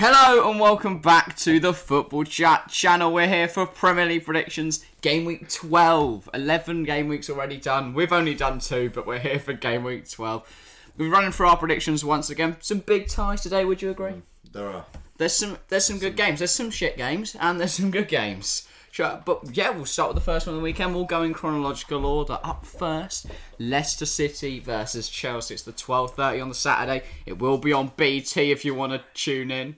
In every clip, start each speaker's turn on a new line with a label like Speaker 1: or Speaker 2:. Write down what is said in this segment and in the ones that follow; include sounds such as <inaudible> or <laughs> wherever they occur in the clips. Speaker 1: Hello and welcome back to the Football Chat channel. We're here for Premier League predictions, game week 12. 11 game weeks already done. We've only done two, but we're here for game week 12. We're running through our predictions once again. Some big ties today, would you agree?
Speaker 2: There are.
Speaker 1: There's some there's some good games. There's some shit games and there's some good games. Sure, but yeah, we'll start with the first one of the weekend. We'll go in chronological order. Up first, Leicester City versus Chelsea. It's the 12:30 on the Saturday. It will be on BT if you want to tune in.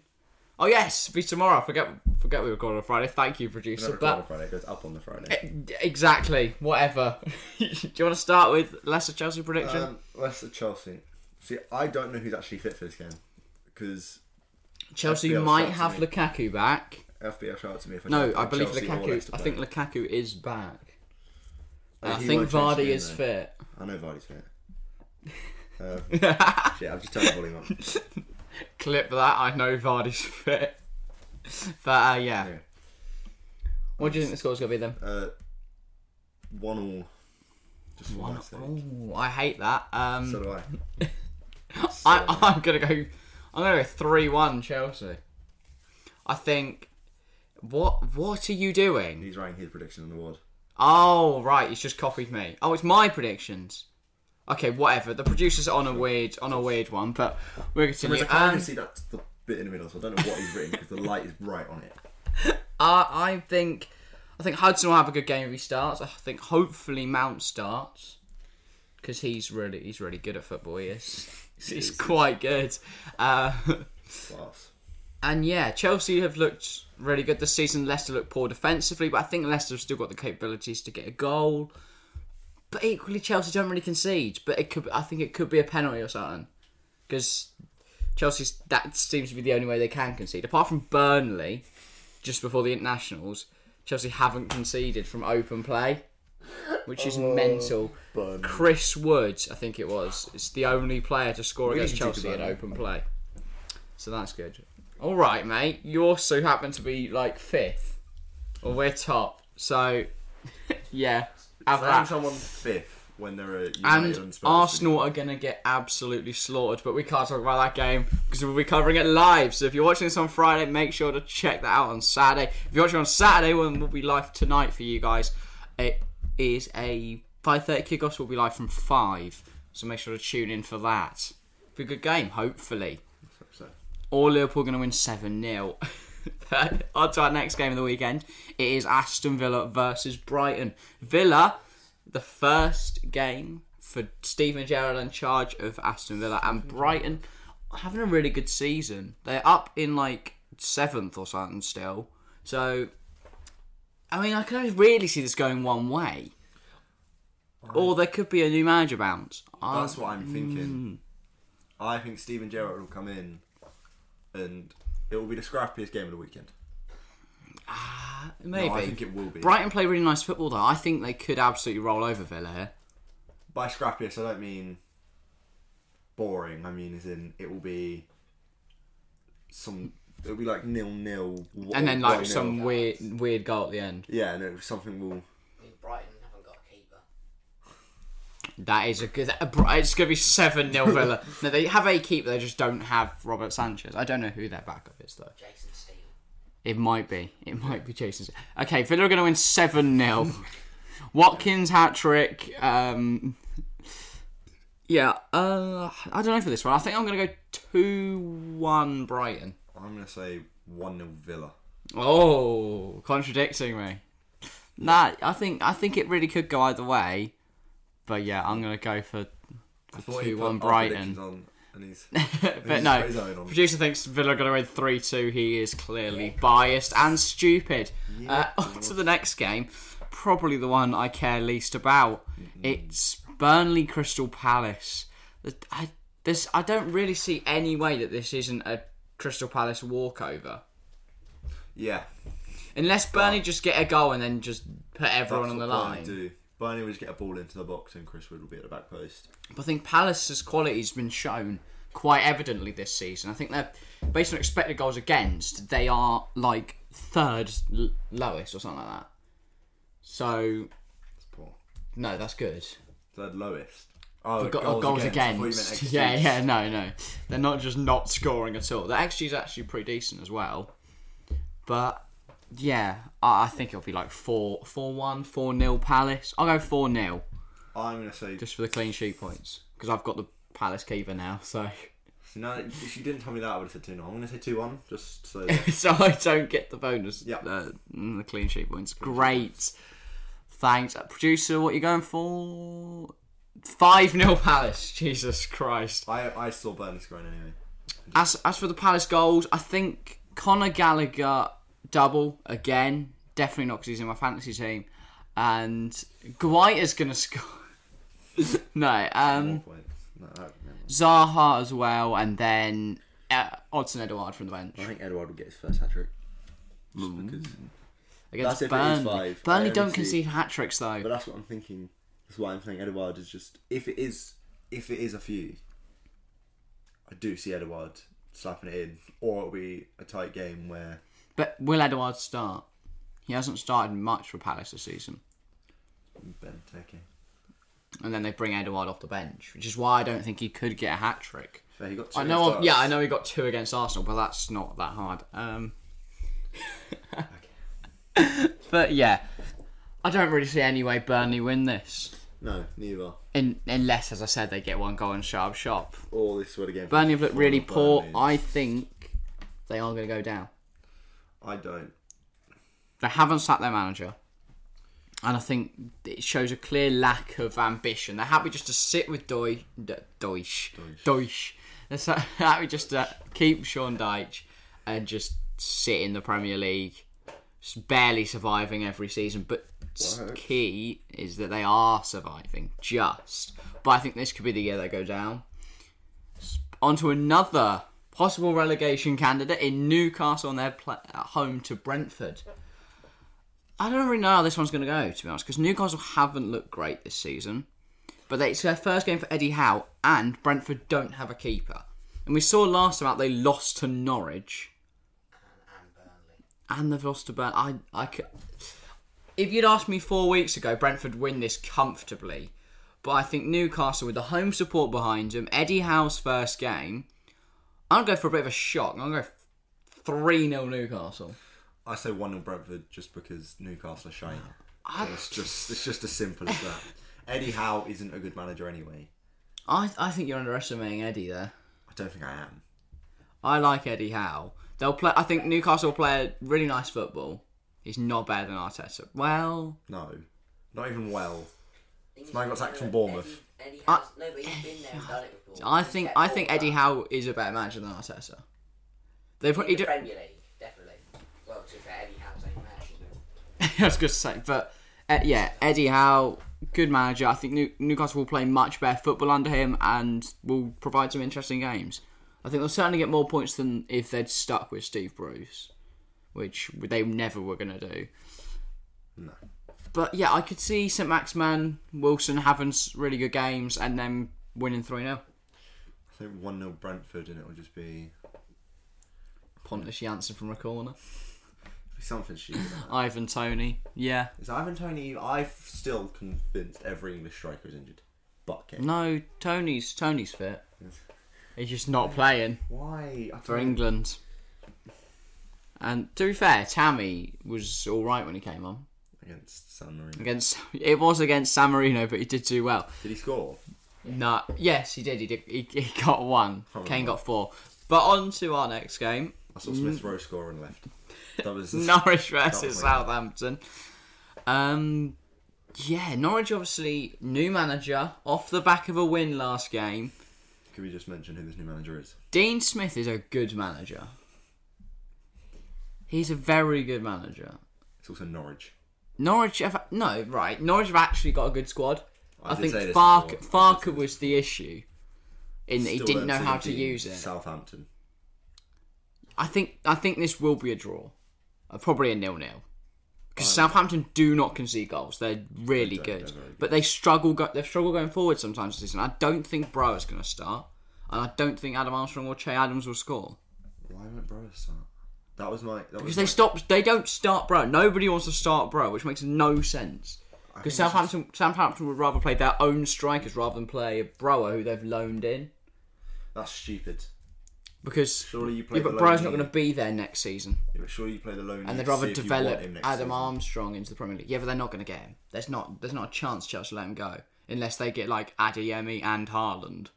Speaker 1: Oh yes, it'll be tomorrow. I forget forget we recorded on Friday. Thank you,
Speaker 2: It's
Speaker 1: producer.
Speaker 2: not
Speaker 1: But
Speaker 2: recorded Friday. It goes up on the Friday.
Speaker 1: exactly, whatever. <laughs> Do you want to start with Leicester Chelsea prediction?
Speaker 2: Um, Leicester Chelsea. See, I don't know who's actually fit for this game because
Speaker 1: Chelsea
Speaker 2: FPL
Speaker 1: might
Speaker 2: sounds to
Speaker 1: have
Speaker 2: me.
Speaker 1: Lukaku back.
Speaker 2: FBL shout out to me if I
Speaker 1: No,
Speaker 2: don't
Speaker 1: I
Speaker 2: pick
Speaker 1: believe
Speaker 2: Chelsea or
Speaker 1: Lukaku.
Speaker 2: Leicester
Speaker 1: I
Speaker 2: play.
Speaker 1: think Lukaku is back.
Speaker 2: Uh,
Speaker 1: I
Speaker 2: he
Speaker 1: think
Speaker 2: won't change the
Speaker 1: Vardy
Speaker 2: game,
Speaker 1: is
Speaker 2: though.
Speaker 1: fit.
Speaker 2: I know Vardy's
Speaker 1: <laughs>
Speaker 2: fit. Um, shit, I've just turned the volume up.
Speaker 1: Clip that. I know Vardy's <laughs> fit. But uh, yeah.
Speaker 2: Yeah.
Speaker 1: What do you think the score's gonna be then?
Speaker 2: Uh, one all. Just for my sake.
Speaker 1: Ooh, I hate that. Um,
Speaker 2: So do I.
Speaker 1: I, I'm gonna go. I'm gonna go three-one Chelsea. I think. What What are you doing?
Speaker 2: He's writing his prediction on the board.
Speaker 1: Oh right, he's just copied me. Oh, it's my predictions. Okay, whatever. The producer's on a weird on a weird one, but we're
Speaker 2: Whereas
Speaker 1: continuing.
Speaker 2: I can't even
Speaker 1: And
Speaker 2: see that the bit in the middle, so I don't know what he's written because the light is right on it.
Speaker 1: uh, I think I think Hudson will have a good game if he starts. I think hopefully Mount starts because he's really he's really good at football. He is. He's quite good. Uh, <laughs>
Speaker 2: Class.
Speaker 1: And yeah, Chelsea have looked really good this season. Leicester looked poor defensively, but I think Leicester have still got the capabilities to get a goal. But equally, Chelsea don't really concede. But it could, I think, it could be a penalty or something because Chelsea's that seems to be the only way they can concede. Apart from Burnley, just before the internationals, Chelsea haven't conceded from open play, which is mental.
Speaker 2: Burnley.
Speaker 1: Chris Woods, I think it was, is the only player to score
Speaker 2: We
Speaker 1: against
Speaker 2: need to talk
Speaker 1: Chelsea in
Speaker 2: about that.
Speaker 1: open play. So that's good. All right, mate. You also happen to be like fifth, or we're top. So <laughs> yeah, have
Speaker 2: Having
Speaker 1: that.
Speaker 2: someone fifth when there are United
Speaker 1: And
Speaker 2: Spurs.
Speaker 1: Arsenal are going to get absolutely slaughtered, but we can't talk about that game because we'll be covering it live. So if you're watching this on Friday, make sure to check that out on Saturday. If you're watching on Saturday, when we'll be live tonight for you guys, it is a 5:30 kickoff. So we'll be live from five, so make sure to tune in for that. Be a good game, hopefully.
Speaker 2: So,
Speaker 1: Or Liverpool going to win seven <laughs> 0 On to our next game of the weekend. It is Aston Villa versus Brighton. Villa the first game for Steven Gerrard in charge of Aston Villa and Brighton are having a really good season. They're up in like seventh or something still. So, I mean, I can only really see this going one way. Or there could be a new manager bounce. Uh, I,
Speaker 2: That's what I'm
Speaker 1: Mm.
Speaker 2: thinking. I think Steven Gerrard will come in, and it will be the scrappiest game of the weekend.
Speaker 1: maybe.
Speaker 2: No, I think it will be.
Speaker 1: Brighton play really nice football though. I think they could absolutely roll over Villa here.
Speaker 2: By scrappiest, I don't mean boring. I mean as in it will be some. It'll be like nil nil.
Speaker 1: And then like some weird weird goal at the end.
Speaker 2: Yeah, and it, something will.
Speaker 3: I mean, Brighton haven't got a keeper.
Speaker 1: That is a good. a br- It's going to be 7 0 Villa. no, they have a keeper, they just don't have Robert Sanchez. I don't know who their backup is, though.
Speaker 3: Jason Steele.
Speaker 1: It might be. It might be Jason. Okay, Villa are going to win 7 0. Watkins hat trick. Um, yeah, uh, I don't know for this one. I think I'm going to go 2 1 Brighton.
Speaker 2: I'm gonna say one nil Villa.
Speaker 1: Oh, contradicting me. Nah, I think I think it really could go either way. But yeah, I'm going to go for
Speaker 2: I
Speaker 1: thought
Speaker 2: he
Speaker 1: he
Speaker 2: put
Speaker 1: won
Speaker 2: our
Speaker 1: Brighton.
Speaker 2: predictions On, and he's,
Speaker 1: but
Speaker 2: He's
Speaker 1: no,
Speaker 2: got his own on.
Speaker 1: producer thinks Villa are going to win 3 2. He is clearly biased and stupid. Uh, on to the next game, probably the one I care least about. It's Burnley Crystal Palace. The- I, this, I don't really see any way that this isn't a Crystal Palace walkover. <laughs>
Speaker 2: yeah,
Speaker 1: Unless Burnley just get a goal and then just put everyone
Speaker 2: that's
Speaker 1: on the
Speaker 2: what Burnley
Speaker 1: line.
Speaker 2: Do. Burnley will just get a ball into the box, and Chris Wood will be at the back post.
Speaker 1: But I think Palace's quality has been shown quite evidently this season. I think they're based on expected goals against, they are like third l- lowest or something like that. So
Speaker 2: It's poor.
Speaker 1: no, that's good.
Speaker 2: Third lowest. Oh,
Speaker 1: for go- goals,
Speaker 2: against. I thought you meant
Speaker 1: against.
Speaker 2: XG.
Speaker 1: <laughs> Yeah, yeah, no, no. They're not just not scoring at all. The XG is actually pretty decent as well. But yeah, I, I think it'll be like 4 4 1, 4 0 Palace. I'll go 4 0
Speaker 2: I'm gonna say.
Speaker 1: just for the clean sheet points because I've got the Palace keeper now, <laughs> so.
Speaker 2: No, if you didn't tell me that, I would have said two 0 I'm gonna say two one, just
Speaker 1: <laughs>
Speaker 2: so. that-
Speaker 1: so I don't get the bonus.
Speaker 2: Yeah.
Speaker 1: Uh, mm, the clean sheet points. Great. Thanks. Uh, Producer, what you going for? 5 0 Palace. <laughs> Jesus Christ.
Speaker 2: I I saw Burnley scoring anyway.
Speaker 1: As, as for the Palace goals, I think Connor Gallagher double again. Definitely not because he's in my fantasy team. And Guaita's going to <laughs> score. no. Um,
Speaker 2: Four points. No, I, don't remember.
Speaker 1: Zaha as well. And then uh, Odson Edouard from the bench.
Speaker 2: I think Edward will get his first hat trick.
Speaker 1: Mm.
Speaker 2: Because,
Speaker 1: Against
Speaker 2: That's if it is
Speaker 1: Burnley.
Speaker 2: five. I
Speaker 1: Burnley
Speaker 2: only
Speaker 1: don't
Speaker 2: see-
Speaker 1: concede hat tricks though.
Speaker 2: but that's what I'm thinking. That's why I'm saying Edward is just if it is if it is a few. I do see Edward slapping it in, or it'll be a tight game where
Speaker 1: But will Edouard start? He hasn't started much for Palace this season.
Speaker 2: Benteke.
Speaker 1: And then they bring Edouard off the bench, which is why I don't think he could get a hat trick.
Speaker 2: So he got two
Speaker 1: I know,
Speaker 2: starts.
Speaker 1: yeah, I know he got two against Arsenal, but that's not that hard. Um, but yeah, I don't really see any way Burnley win this,
Speaker 2: No, neither.
Speaker 1: in, unless, as I said, they get one goal and shut up shop.
Speaker 2: All this sort of game.
Speaker 1: Burnley have looked really
Speaker 2: Burnley.
Speaker 1: poor. I think they are going to go down.
Speaker 2: I don't.
Speaker 1: They haven't sacked their manager. And I think it shows a clear lack of ambition. They're happy just to sit with Doi, D- Deutsch. Deutsch. They're so <laughs> happy just to keep Sean Deitch and just sit in the Premier League, just barely surviving every season. But s-
Speaker 2: Works.
Speaker 1: key is that they are surviving, just. But I think this could be the year they go down. S- On to another possible relegation candidate in Newcastle on their pla at home to Brentford. I don't really know how this one's going to go, to be honest, because Newcastle haven't looked great this season. But they, it's their first game for Eddie Howe, and Brentford don't have a keeper. And we saw last time out they lost to Norwich,
Speaker 3: and Burnley.
Speaker 1: and they've lost to Burn. I, I could. If you'd asked me four weeks ago, Brentford win this comfortably. But I think Newcastle, with the home support behind them, Eddie Howe's first game, I'll go for a bit of a shock. I'll go 3 0 Newcastle.
Speaker 2: I say one 0 Brentford just because Newcastle are shite.
Speaker 1: I-
Speaker 2: It's just it's just as simple as that.
Speaker 1: <laughs>
Speaker 2: Eddie Howe isn't a good manager anyway.
Speaker 1: I, I think you're underestimating Eddie there.
Speaker 2: I don't think I am.
Speaker 1: I like Eddie Howe. They'll play. I think Newcastle will play a really nice football. He's not better than Arteta. Well,
Speaker 2: No, not even well.
Speaker 3: Thing is,
Speaker 2: man got sacked
Speaker 3: no,
Speaker 2: from Bournemouth.
Speaker 3: Eddie, Eddie has, no, but he's been there and done it before.
Speaker 1: I
Speaker 3: He's
Speaker 1: think
Speaker 3: kept
Speaker 1: I think
Speaker 3: Bournemouth
Speaker 1: Eddie Howe is a better manager than Arteta. They put.
Speaker 3: in
Speaker 1: He
Speaker 3: the
Speaker 1: do, <laughs> I
Speaker 3: Premier League, definitely. Well, to be fair, Eddie Howe's own match.
Speaker 1: was going to say, but uh, yeah, Eddie Howe, good manager. I think New, Newcastle will play much better football under him and will provide some interesting games. I think they'll certainly get more points than if they'd stuck with Steve Bruce, which they never were going to do.
Speaker 2: No.
Speaker 1: But yeah, I could see St. Maximan, Wilson having s- really good games and then winning 3 0.
Speaker 2: I think one 0 Brentford and it will just be
Speaker 1: Pontus Janssen from a corner.
Speaker 2: be something stupid.
Speaker 1: Ivan Tony. Yeah.
Speaker 2: Is Ivan Tony? I've still convinced every English striker is injured. But okay.
Speaker 1: No, Tony's Tony's fit. He's just not playing
Speaker 2: Why? I
Speaker 1: for
Speaker 2: don't-
Speaker 1: England. And to be fair, Tammy was all right when he came on
Speaker 2: against San Marino.
Speaker 1: against. <laughs> It was against San Marino, but he did do well.
Speaker 2: Did he score?
Speaker 1: No, yes, he did. He did. He, he got one.
Speaker 2: Probably
Speaker 1: Kane
Speaker 2: not.
Speaker 1: got four. But on to our next game.
Speaker 2: I saw Smith
Speaker 1: Mm.
Speaker 2: Rowe score and left.
Speaker 1: <laughs>
Speaker 2: That was
Speaker 1: Norwich versus
Speaker 2: win.
Speaker 1: Southampton. Um, yeah, Norwich obviously new manager off the back of a win last game.
Speaker 2: Can we just mention who this new manager is?
Speaker 1: Dean Smith is a good manager. He's a very good manager.
Speaker 2: It's also Norwich.
Speaker 1: Norwich have no right. Norwich have actually got a good squad. I,
Speaker 2: did
Speaker 1: think
Speaker 2: say this
Speaker 1: Fark
Speaker 2: before. I did say
Speaker 1: Farker
Speaker 2: this
Speaker 1: was the issue in that he
Speaker 2: Still
Speaker 1: didn't
Speaker 2: don't
Speaker 1: know
Speaker 2: see
Speaker 1: how
Speaker 2: him
Speaker 1: to
Speaker 2: beating
Speaker 1: use it.
Speaker 2: Southampton.
Speaker 1: I think I think this will be a draw, Uh, probably a nil nil, because Southampton do not concede goals. They're really
Speaker 2: don't,
Speaker 1: good,
Speaker 2: they're very good.
Speaker 1: but they struggle. Go- they struggle going forward sometimes this season. I don't think Bro is going to start, and I don't think Adam Armstrong or Che Adams will score
Speaker 2: Why won't Bro start? That was my. That
Speaker 1: because
Speaker 2: was
Speaker 1: they
Speaker 2: my,
Speaker 1: stop. They don't start Bro. Nobody wants to start Bro, which makes no sense.
Speaker 2: I think
Speaker 1: Because
Speaker 2: it's
Speaker 1: Southampton, Southampton would rather play their own strikers rather than play Brower, who they've loaned in.
Speaker 2: just- that's stupid.
Speaker 1: Because
Speaker 2: Surely you play.
Speaker 1: yeah, but
Speaker 2: the
Speaker 1: Brower's
Speaker 2: lone
Speaker 1: not going to
Speaker 2: lead-
Speaker 1: be there next season,
Speaker 2: Yeah, but surely you play the loan.
Speaker 1: and they'd rather develop Adam Armstrong into the Premier League. Yeah, but they're not going to get him. There's not, there's not a chance Chelsea let him go unless they get like Adeyemi and Haaland.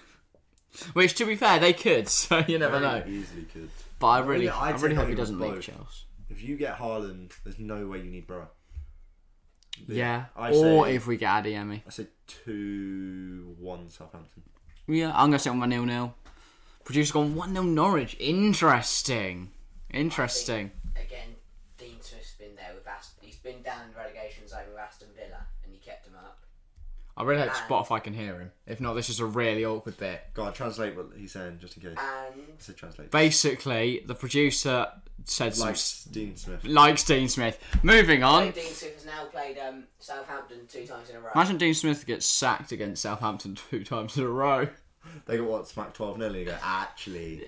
Speaker 1: <laughs> Which, to be fair, they could. <laughs> So you never know.
Speaker 2: Easily could.
Speaker 1: But I really,
Speaker 2: Yeah,
Speaker 1: I
Speaker 2: I'd
Speaker 1: really
Speaker 2: take
Speaker 1: hope he
Speaker 2: either
Speaker 1: doesn't leave
Speaker 2: both.
Speaker 1: Chelsea.
Speaker 2: If you get Haaland, there's no way you need Borough.
Speaker 1: Yeah,
Speaker 2: I
Speaker 1: or
Speaker 2: say-
Speaker 1: if we get Adeyemi.
Speaker 2: I said two one Southampton.
Speaker 1: Yeah, I'm gonna sit on my nil nil. Producer gone one 0 Norwich. Interesting. Interesting.
Speaker 3: Again, Dean Smith's been there with Aston. He's been down in the relegation zone with Aston Villa, and he kept him up.
Speaker 1: I really hope
Speaker 3: And-
Speaker 1: Spotify can hear him. If not, this is a really awkward bit.
Speaker 2: God, translate what he's saying just in case. I
Speaker 3: And
Speaker 2: said translate.
Speaker 1: Basically, the producer said some
Speaker 2: like
Speaker 1: s-
Speaker 2: Dean Smith.
Speaker 1: likes Dean Smith. Moving on.
Speaker 3: Dean Smith has now played um, Southampton two times in a row.
Speaker 1: Imagine Dean Smith gets sacked against Southampton <laughs> two times in a row.
Speaker 2: They got what smack twelve 0 and you go actually.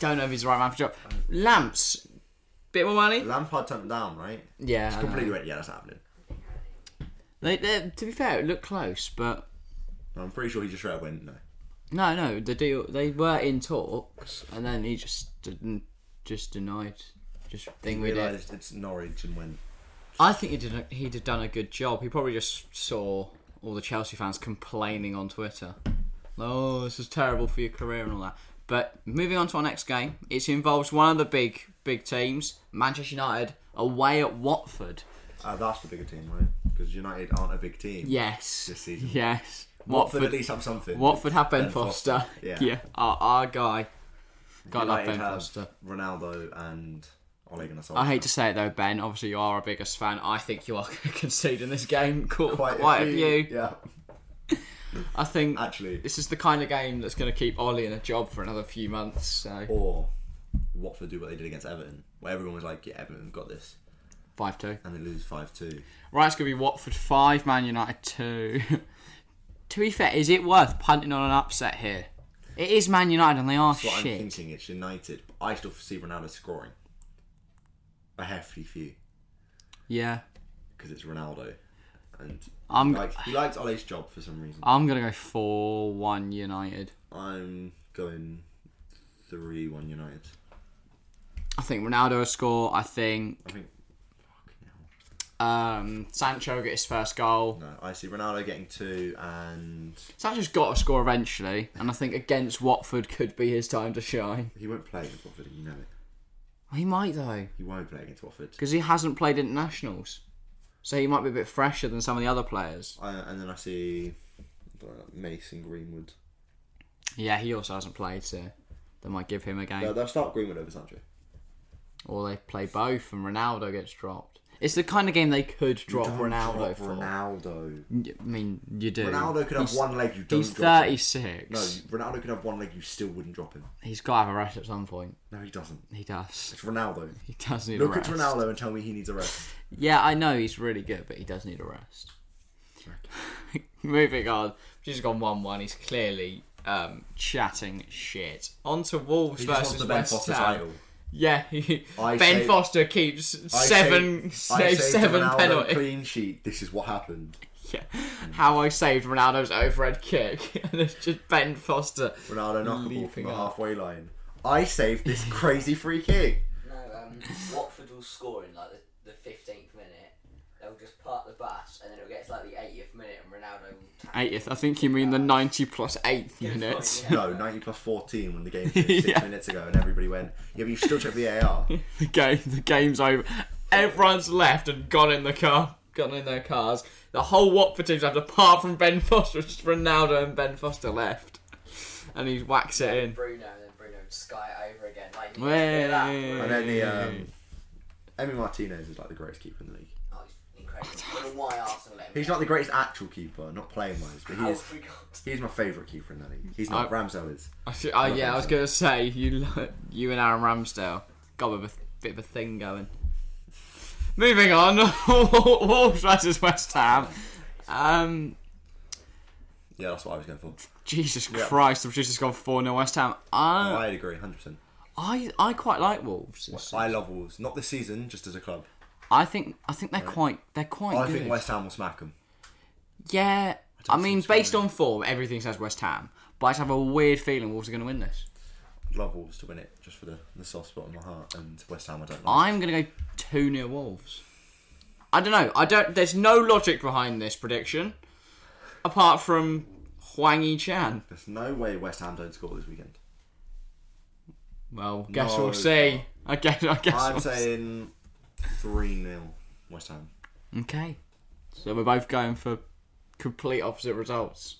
Speaker 1: Don't know if he's the right man for the job. Lamps. Bit more money.
Speaker 2: Lampard turned him down, right?
Speaker 1: Yeah. I know.
Speaker 2: Completely right. Yeah, that's happening.
Speaker 1: They, they, to be fair, it looked close, but
Speaker 2: I'm pretty sure he just straight up went no.
Speaker 1: No, no, the deal they were in talks, and then he just didn't, just denied, just thing we did.
Speaker 2: Realised it's Norwich and went.
Speaker 1: I think he did. A, he had done a good job. He probably just saw all the Chelsea fans complaining on Twitter. Oh, this is terrible for your career and all that. But moving on to our next game, it involves one of the big, big teams, Manchester United, away at Watford.
Speaker 2: Uh, that's the bigger team, right? Because United aren't a big team.
Speaker 1: Yes.
Speaker 2: This season.
Speaker 1: Yes.
Speaker 2: Watford at
Speaker 1: Watford.
Speaker 2: least have something.
Speaker 1: Watford have Ben
Speaker 2: Ben Foster.
Speaker 1: Foster.
Speaker 2: Yeah.
Speaker 1: our, our guy. God, love
Speaker 2: United
Speaker 1: Ben
Speaker 2: have
Speaker 1: Foster.
Speaker 2: Ronaldo and Ole Gunnar Solskjaer.
Speaker 1: I hate to say it though, Ben. Obviously, you are our biggest fan. I think you are <laughs> going to concede in this game. Quite, quite, a few.
Speaker 2: Yeah,
Speaker 1: I think
Speaker 2: actually,
Speaker 1: this is the kind of game that's going to keep Ollie in a job for another few months. So
Speaker 2: or Watford do what they did against Everton, where everyone was like, "Yeah, Everton got this,"
Speaker 1: five two.
Speaker 2: and they lose five two.
Speaker 1: Right, it's going to be Watford five, Man United two. <laughs> to be fair, is it worth punting on an upset here? It is Man United, and they are
Speaker 2: That's what I'm
Speaker 1: shit.
Speaker 2: thinking. It's United. But I still see Ronaldo scoring a hefty few
Speaker 1: Yeah,
Speaker 2: because it's Ronaldo, and
Speaker 1: I'm.
Speaker 2: like he likes Ole's job for some reason.
Speaker 1: I'm going to go four one United.
Speaker 2: I'm going three one United.
Speaker 1: I think Ronaldo will score. I think
Speaker 2: I think. fucking hell.
Speaker 1: um, Sancho will get his first goal.
Speaker 2: No, I see Ronaldo getting two and
Speaker 1: Sancho's got to score eventually, and I think against Watford could be his time to shine.
Speaker 2: he won't play against Watford. You know it.
Speaker 1: He might though,
Speaker 2: He won't play against Watford.
Speaker 1: because he hasn't played internationals, so he might be a bit fresher than some of the other players.
Speaker 2: I, and then I see uh, Mason Greenwood.
Speaker 1: Yeah, he also hasn't played, so they might give him a game,
Speaker 2: No, they'll start Greenwood over Sancho.
Speaker 1: or they play both, and Ronaldo gets dropped. It's the kind of game they could drop
Speaker 2: Don't
Speaker 1: Ronaldo
Speaker 2: drop
Speaker 1: for.
Speaker 2: Ronaldo.
Speaker 1: I mean, you do.
Speaker 2: Ronaldo could have
Speaker 1: He's-
Speaker 2: one leg. You don't.
Speaker 1: He's
Speaker 2: drop him.
Speaker 1: thirty-six.
Speaker 2: No, Ronaldo could have one leg. You still wouldn't drop him.
Speaker 1: He's got to have a rest at some point.
Speaker 2: No, he doesn't.
Speaker 1: He does.
Speaker 2: It's Ronaldo.
Speaker 1: He does need
Speaker 2: Look
Speaker 1: a
Speaker 2: at
Speaker 1: rest.
Speaker 2: Ronaldo and tell me he needs a rest.
Speaker 1: Yeah, I know he's really good, but he does need a rest. <laughs> Moving on, just gone one-one. He's clearly um, chatting shit. On to Wolves
Speaker 2: He just wants
Speaker 1: versus
Speaker 2: the Ben
Speaker 1: West
Speaker 2: Foster
Speaker 1: Ham.
Speaker 2: title.
Speaker 1: Yeah, <laughs> he-
Speaker 2: I
Speaker 1: Ben
Speaker 2: say-
Speaker 1: Foster keeps <laughs>
Speaker 2: I
Speaker 1: seven,
Speaker 2: say- I
Speaker 1: save
Speaker 2: say to
Speaker 1: seven
Speaker 2: Ronaldo,
Speaker 1: penalties.
Speaker 2: Clean sheet. This is what happened.
Speaker 1: <laughs> Yeah. How I saved Ronaldo's overhead kick, <laughs> and it's just Ben Foster.
Speaker 2: Ronaldo knockable from
Speaker 1: Leaping
Speaker 2: the
Speaker 1: up.
Speaker 2: halfway line. I saved
Speaker 1: <laughs>
Speaker 2: this crazy free kick.
Speaker 3: No, um, Watford will score in like the fifteenth minute. They'll just park the bus, and then it'll get to like the eightieth minute, and Ronaldo will. tap
Speaker 1: Eighth, I think you mean the ninety plus eighth
Speaker 3: Yeah,
Speaker 1: minutes.
Speaker 3: fine,
Speaker 2: No, 90 plus 14 when
Speaker 1: <laughs>
Speaker 2: the game finished six
Speaker 1: Yeah.
Speaker 2: minutes ago, and everybody went, Yeah, but you still check the
Speaker 1: <laughs>
Speaker 2: AR.
Speaker 1: the game the game's over. Everyone's left and gone in the car gone in their cars. The whole Watford team's left apart from Ben Foster, it's just Ronaldo and Ben Foster left. And he whacks it in.
Speaker 3: Bruno, and then Bruno would sky it over again. Like, you
Speaker 1: Way.
Speaker 3: can do that.
Speaker 2: And then the. Um, Emi Martinez is like the greatest keeper in the league.
Speaker 3: Oh,
Speaker 1: <laughs>
Speaker 3: he's incredible. I don't know why Arsenal let him
Speaker 2: He's
Speaker 3: <laughs> go.
Speaker 2: not the greatest actual keeper, not playing wise, but he
Speaker 3: Oh,
Speaker 2: is.
Speaker 1: <laughs>
Speaker 3: for God's
Speaker 2: He's my favourite keeper in the league. He's not. Ramsdale is.
Speaker 1: I sh- oh, yeah, I was gonna say you <laughs> lo- you and Aaron Ramsdale got a bit, bit of a thing going. Moving on, <laughs> Wolves versus West Ham. Um,
Speaker 2: Yeah, that's what I was going for.
Speaker 1: Jesus Christ, the producer's gone four 0 West Ham. I,
Speaker 2: I agree, 100%.
Speaker 1: I I quite like Wolves. this
Speaker 2: I love Wolves. Not this season, just as a club.
Speaker 1: I think I think they're quite they're quite
Speaker 2: I
Speaker 1: good.
Speaker 2: think West Ham will smack them.
Speaker 1: yeah, I,
Speaker 2: see
Speaker 1: mean,
Speaker 2: what's going
Speaker 1: based on form, everything says West Ham, but I just have a weird feeling Wolves are going to win this.
Speaker 2: I'd love Wolves to win it just for the, the soft spot in my heart, and West Ham I don't like.
Speaker 1: I'm going to go two 0 Wolves. I don't know. I don't. There's no logic behind this prediction, apart from Huang Yi Chan.
Speaker 2: There's no way West Ham don't score this <laughs> weekend.
Speaker 1: Well, guess
Speaker 2: No.
Speaker 1: we'll see. I guess. I guess.
Speaker 2: I'm
Speaker 1: we'll see.
Speaker 2: saying 3 0 West Ham.
Speaker 1: Okay. So we're both going for complete opposite results.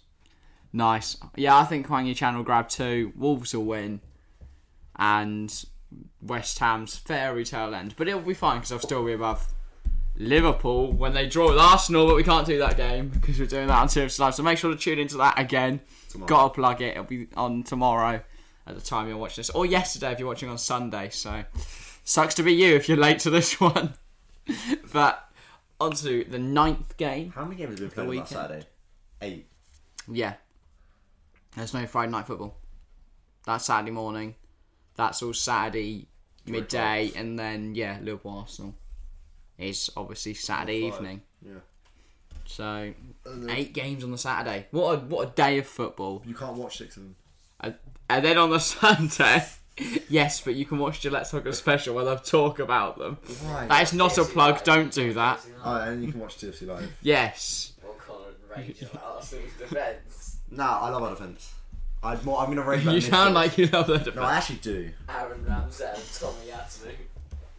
Speaker 1: Nice. Yeah, I think Huang Yi Chan will grab two. Wolves will win. And West Ham's fairy tale end. But it'll be fine because I'll still be above Liverpool when they draw with Arsenal, but we can't do that game because we're doing that on Serious Live. So make sure to tune into that again.
Speaker 2: Tomorrow.
Speaker 1: Gotta plug it. It'll be on tomorrow at the time you're watching this. Or yesterday if you're watching on Sunday. So sucks to be you if you're late to this <laughs> one. but on to the ninth game.
Speaker 2: How many games have we played on that
Speaker 1: weekend.
Speaker 2: Saturday? Eight.
Speaker 1: Yeah. There's no Friday night football. That's Saturday morning. That's all Saturday midday, and then yeah, Liverpool Arsenal is obviously Saturday
Speaker 2: Five.
Speaker 1: evening.
Speaker 2: Yeah.
Speaker 1: So
Speaker 2: And then-
Speaker 1: eight games on the Saturday. What a what a day of football.
Speaker 2: You can't watch six of them.
Speaker 1: And, and then on the <laughs> Sunday, yes, but you can watch Gillette Soccer Special where they'll talk about them.
Speaker 2: Right.
Speaker 1: That is not a plug. Don't do that.
Speaker 2: Oh, and you can watch TFC live.
Speaker 1: Yes.
Speaker 3: What colour range of <laughs> Arsenal's defence?
Speaker 2: <laughs> Nah, I love our defence. I'd more, I'm gonna rate that.
Speaker 1: You sound
Speaker 2: midfield.
Speaker 1: like you love that.
Speaker 2: No, I actually do.
Speaker 3: Aaron Ramsey and Tommy Asu.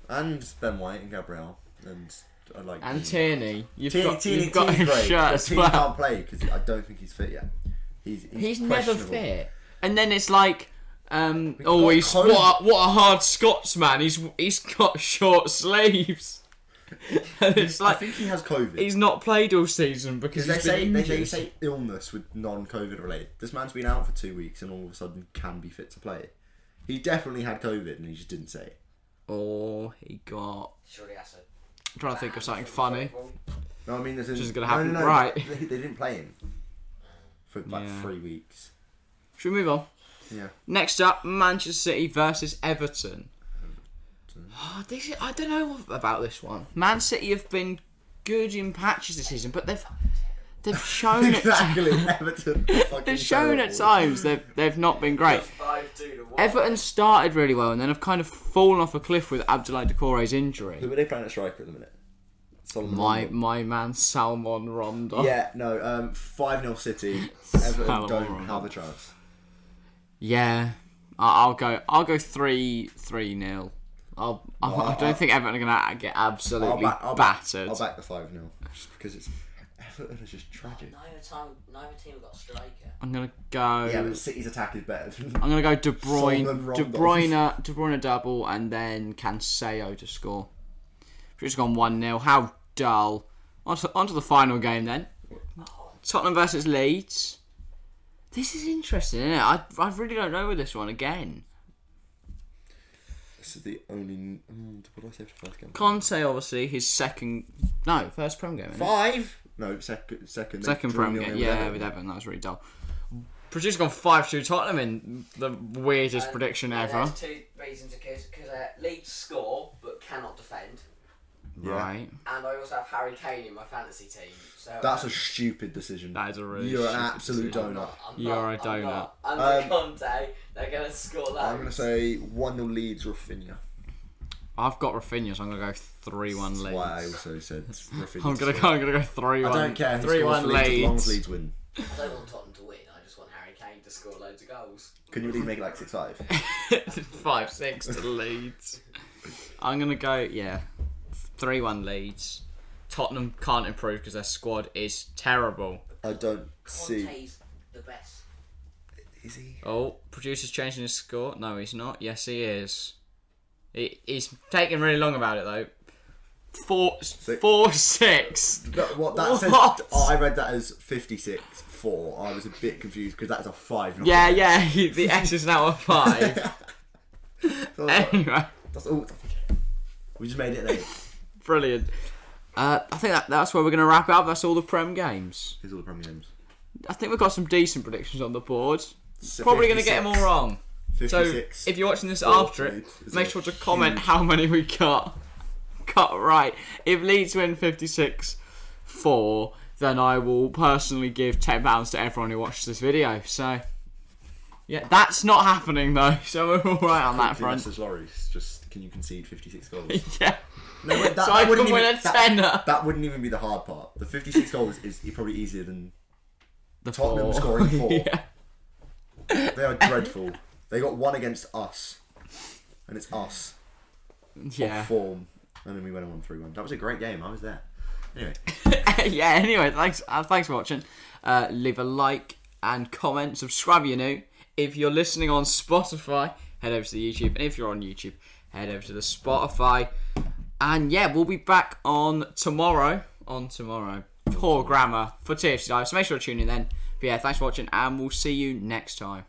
Speaker 2: And Ben White and Gabriel and I like.
Speaker 1: And Tierney, you've
Speaker 2: Tierney,
Speaker 1: got,
Speaker 2: Tierney,
Speaker 1: you've got
Speaker 2: Tierney's
Speaker 1: his
Speaker 2: great,
Speaker 1: shirt
Speaker 2: but
Speaker 1: as
Speaker 2: Tierney
Speaker 1: well.
Speaker 2: can't play because I don't think he's fit yet. He's
Speaker 1: <laughs>
Speaker 2: he's,
Speaker 1: He's never
Speaker 2: questionable.
Speaker 1: fit. And then it's like, um, oh,
Speaker 2: got
Speaker 1: he's
Speaker 2: COVID.
Speaker 1: what a, what a hard Scotsman. He's he's got <laughs> short sleeves. <laughs> and it's
Speaker 2: I
Speaker 1: like
Speaker 2: think he has COVID.
Speaker 1: he's not played all season because
Speaker 2: they
Speaker 1: he's
Speaker 2: say
Speaker 1: been
Speaker 2: they, they
Speaker 1: injured.
Speaker 2: say illness with non-COVID related. This man's been out for two weeks and all of a sudden can be fit to play. He definitely had COVID and he just didn't say it.
Speaker 1: Or he got.
Speaker 3: Surely Asu.
Speaker 1: I'm trying to think of something funny.
Speaker 2: No, I mean this is
Speaker 1: is gonna happen,
Speaker 2: No, no, no,
Speaker 1: right.
Speaker 2: They, they didn't play him for like
Speaker 1: Yeah.
Speaker 2: three weeks.
Speaker 1: Should we move on? <laughs>
Speaker 2: Yeah.
Speaker 1: Next up, Manchester City versus Everton. Oh, this is, I don't know about this one. Man City have been good in patches this season, but they've they've
Speaker 2: <laughs>
Speaker 1: shown at
Speaker 2: exactly. Everton.
Speaker 1: they've shown at times they've they've not been great.
Speaker 3: 5 2 to 1.
Speaker 1: Everton started really well and then have kind of fallen off a cliff with Abdoulaye Decore's
Speaker 2: Who
Speaker 1: injury.
Speaker 2: were they playing at striker at the minute? Solomon.
Speaker 1: My
Speaker 2: Rondon.
Speaker 1: my man Salmon Rondo.
Speaker 2: Yeah. No. Um. Five 0 City.
Speaker 1: <laughs>
Speaker 2: Everton
Speaker 1: Solomon
Speaker 2: don't
Speaker 1: Rondon.
Speaker 2: have a chance.
Speaker 1: Yeah. I- I'll go. I'll go three three nil. I'll, I- I don't think Everton are gonna get
Speaker 2: I'll
Speaker 1: absolutely
Speaker 2: back. I'll
Speaker 1: battered.
Speaker 2: Back, I'll back the five 0 just because it's Everton are just tragic.
Speaker 3: Neither, time, neither team have got a striker.
Speaker 1: I'm gonna go.
Speaker 2: Yeah, but City's attack is better. Than
Speaker 1: I'm gonna go De Bruyne,
Speaker 2: Solomon
Speaker 1: De
Speaker 2: Rondon.
Speaker 1: Bruyne, De Bruyne double, and then Canseo to score. Just gone one 0 How dull. On to, on to the final game then. Tottenham versus Leeds. This is interesting, isn't it? I, I really don't know with this one again.
Speaker 2: This is the only. Mm, what did I say for the first game?
Speaker 1: Conte obviously his second, no first prem game. isn't it?
Speaker 2: Five. No, second. Second.
Speaker 1: Second prem game, yeah, with Everton. That was really dull. Produce gone five two Tottenham in the weirdest
Speaker 3: Um,
Speaker 1: prediction
Speaker 3: yeah,
Speaker 1: ever.
Speaker 3: There's two reasons because uh, Leeds score but cannot defend,
Speaker 1: Right,
Speaker 3: and I also have Harry Kane in my fantasy team. So
Speaker 2: That's a stupid decision.
Speaker 1: that is a really.
Speaker 2: You're an
Speaker 1: stupid
Speaker 2: absolute
Speaker 1: decision.
Speaker 3: I'm
Speaker 2: donut.
Speaker 3: not, I'm
Speaker 1: You're
Speaker 3: not,
Speaker 1: a donut.
Speaker 3: I'm not. Under
Speaker 2: Um,
Speaker 3: Conte, they're gonna score that.
Speaker 2: I'm gonna say one 0 leads Rafinha.
Speaker 1: I've got Rafinha, so I'm gonna go three one
Speaker 2: That's why I
Speaker 1: Leeds.
Speaker 2: also said
Speaker 1: <laughs>
Speaker 2: Rafinha.
Speaker 1: I'm gonna
Speaker 2: to
Speaker 1: go. I'm gonna go three
Speaker 2: score.
Speaker 1: one.
Speaker 2: I don't care. Who
Speaker 1: Three one
Speaker 2: scores for Leeds, As long as
Speaker 1: Leeds.
Speaker 2: Leeds win.
Speaker 3: I don't want Tottenham to win. I just want Harry Kane to score loads of goals.
Speaker 2: Can you really make it like six five?
Speaker 1: <laughs> Five six to Leeds. I'm gonna go. Yeah, three one Leeds. Tottenham can't improve because their squad is terrible.
Speaker 2: I don't see.
Speaker 3: Conte's the best.
Speaker 2: Is he?
Speaker 1: Oh, producer's changing his score. No, he's not. Yes, he is. He, he's taking really long about it though. Four
Speaker 2: Six.
Speaker 1: four six.
Speaker 2: That, what that says?
Speaker 1: What?
Speaker 2: Oh, I read that as fifty six four. I was a bit confused because that's a five. not a
Speaker 1: Yeah, yeah. <laughs> The S is now a five.
Speaker 2: <laughs> So I was like,
Speaker 1: anyway.
Speaker 2: That's all. We just made it late.
Speaker 1: Brilliant. Uh, I think that, that's where we're going to wrap up. That's all the Prem games.
Speaker 2: Here's all the Premier Games.
Speaker 1: I think we've got some decent predictions on the board. Probably going to get them all wrong. So
Speaker 2: 56.
Speaker 1: if you're watching this
Speaker 2: Four
Speaker 1: after it,
Speaker 2: trades is
Speaker 1: make
Speaker 2: a
Speaker 1: sure to comment
Speaker 2: huge-
Speaker 1: how many we got. got right. If Leeds win 56 4, then I will personally give £10 to everyone who watches this video. So, yeah, that's not happening though. <laughs> So we're alright on that
Speaker 2: Quickly
Speaker 1: front.
Speaker 2: message Loris, just can you concede 56
Speaker 1: <laughs>
Speaker 2: goals?
Speaker 1: Yeah.
Speaker 2: No, wait, that,
Speaker 1: So I
Speaker 2: that wouldn't
Speaker 1: can win
Speaker 2: even,
Speaker 1: a
Speaker 2: that-
Speaker 1: tenner.
Speaker 2: That, wouldn't even be the hard part. The 56 goals is e- probably easier than
Speaker 1: The <laughs>
Speaker 2: Tottenham scoring four.
Speaker 1: yeah.
Speaker 2: they are dreadful. They got one against us, and it's us
Speaker 1: Yeah.
Speaker 2: form, and then we went on three one. That was a great game. I was there. Anyway,
Speaker 1: <laughs> yeah. Anyway, thanks. Uh, thanks for watching. Uh, leave a like and comment. Subscribe if you're new. If you're listening on Spotify, head over to the YouTube. And if you're on YouTube, head over to the Spotify. And yeah, we'll be back on tomorrow. On tomorrow. Poor grammar for TFC Live. So make sure to tune in then. But yeah, thanks for watching, and we'll see you next time.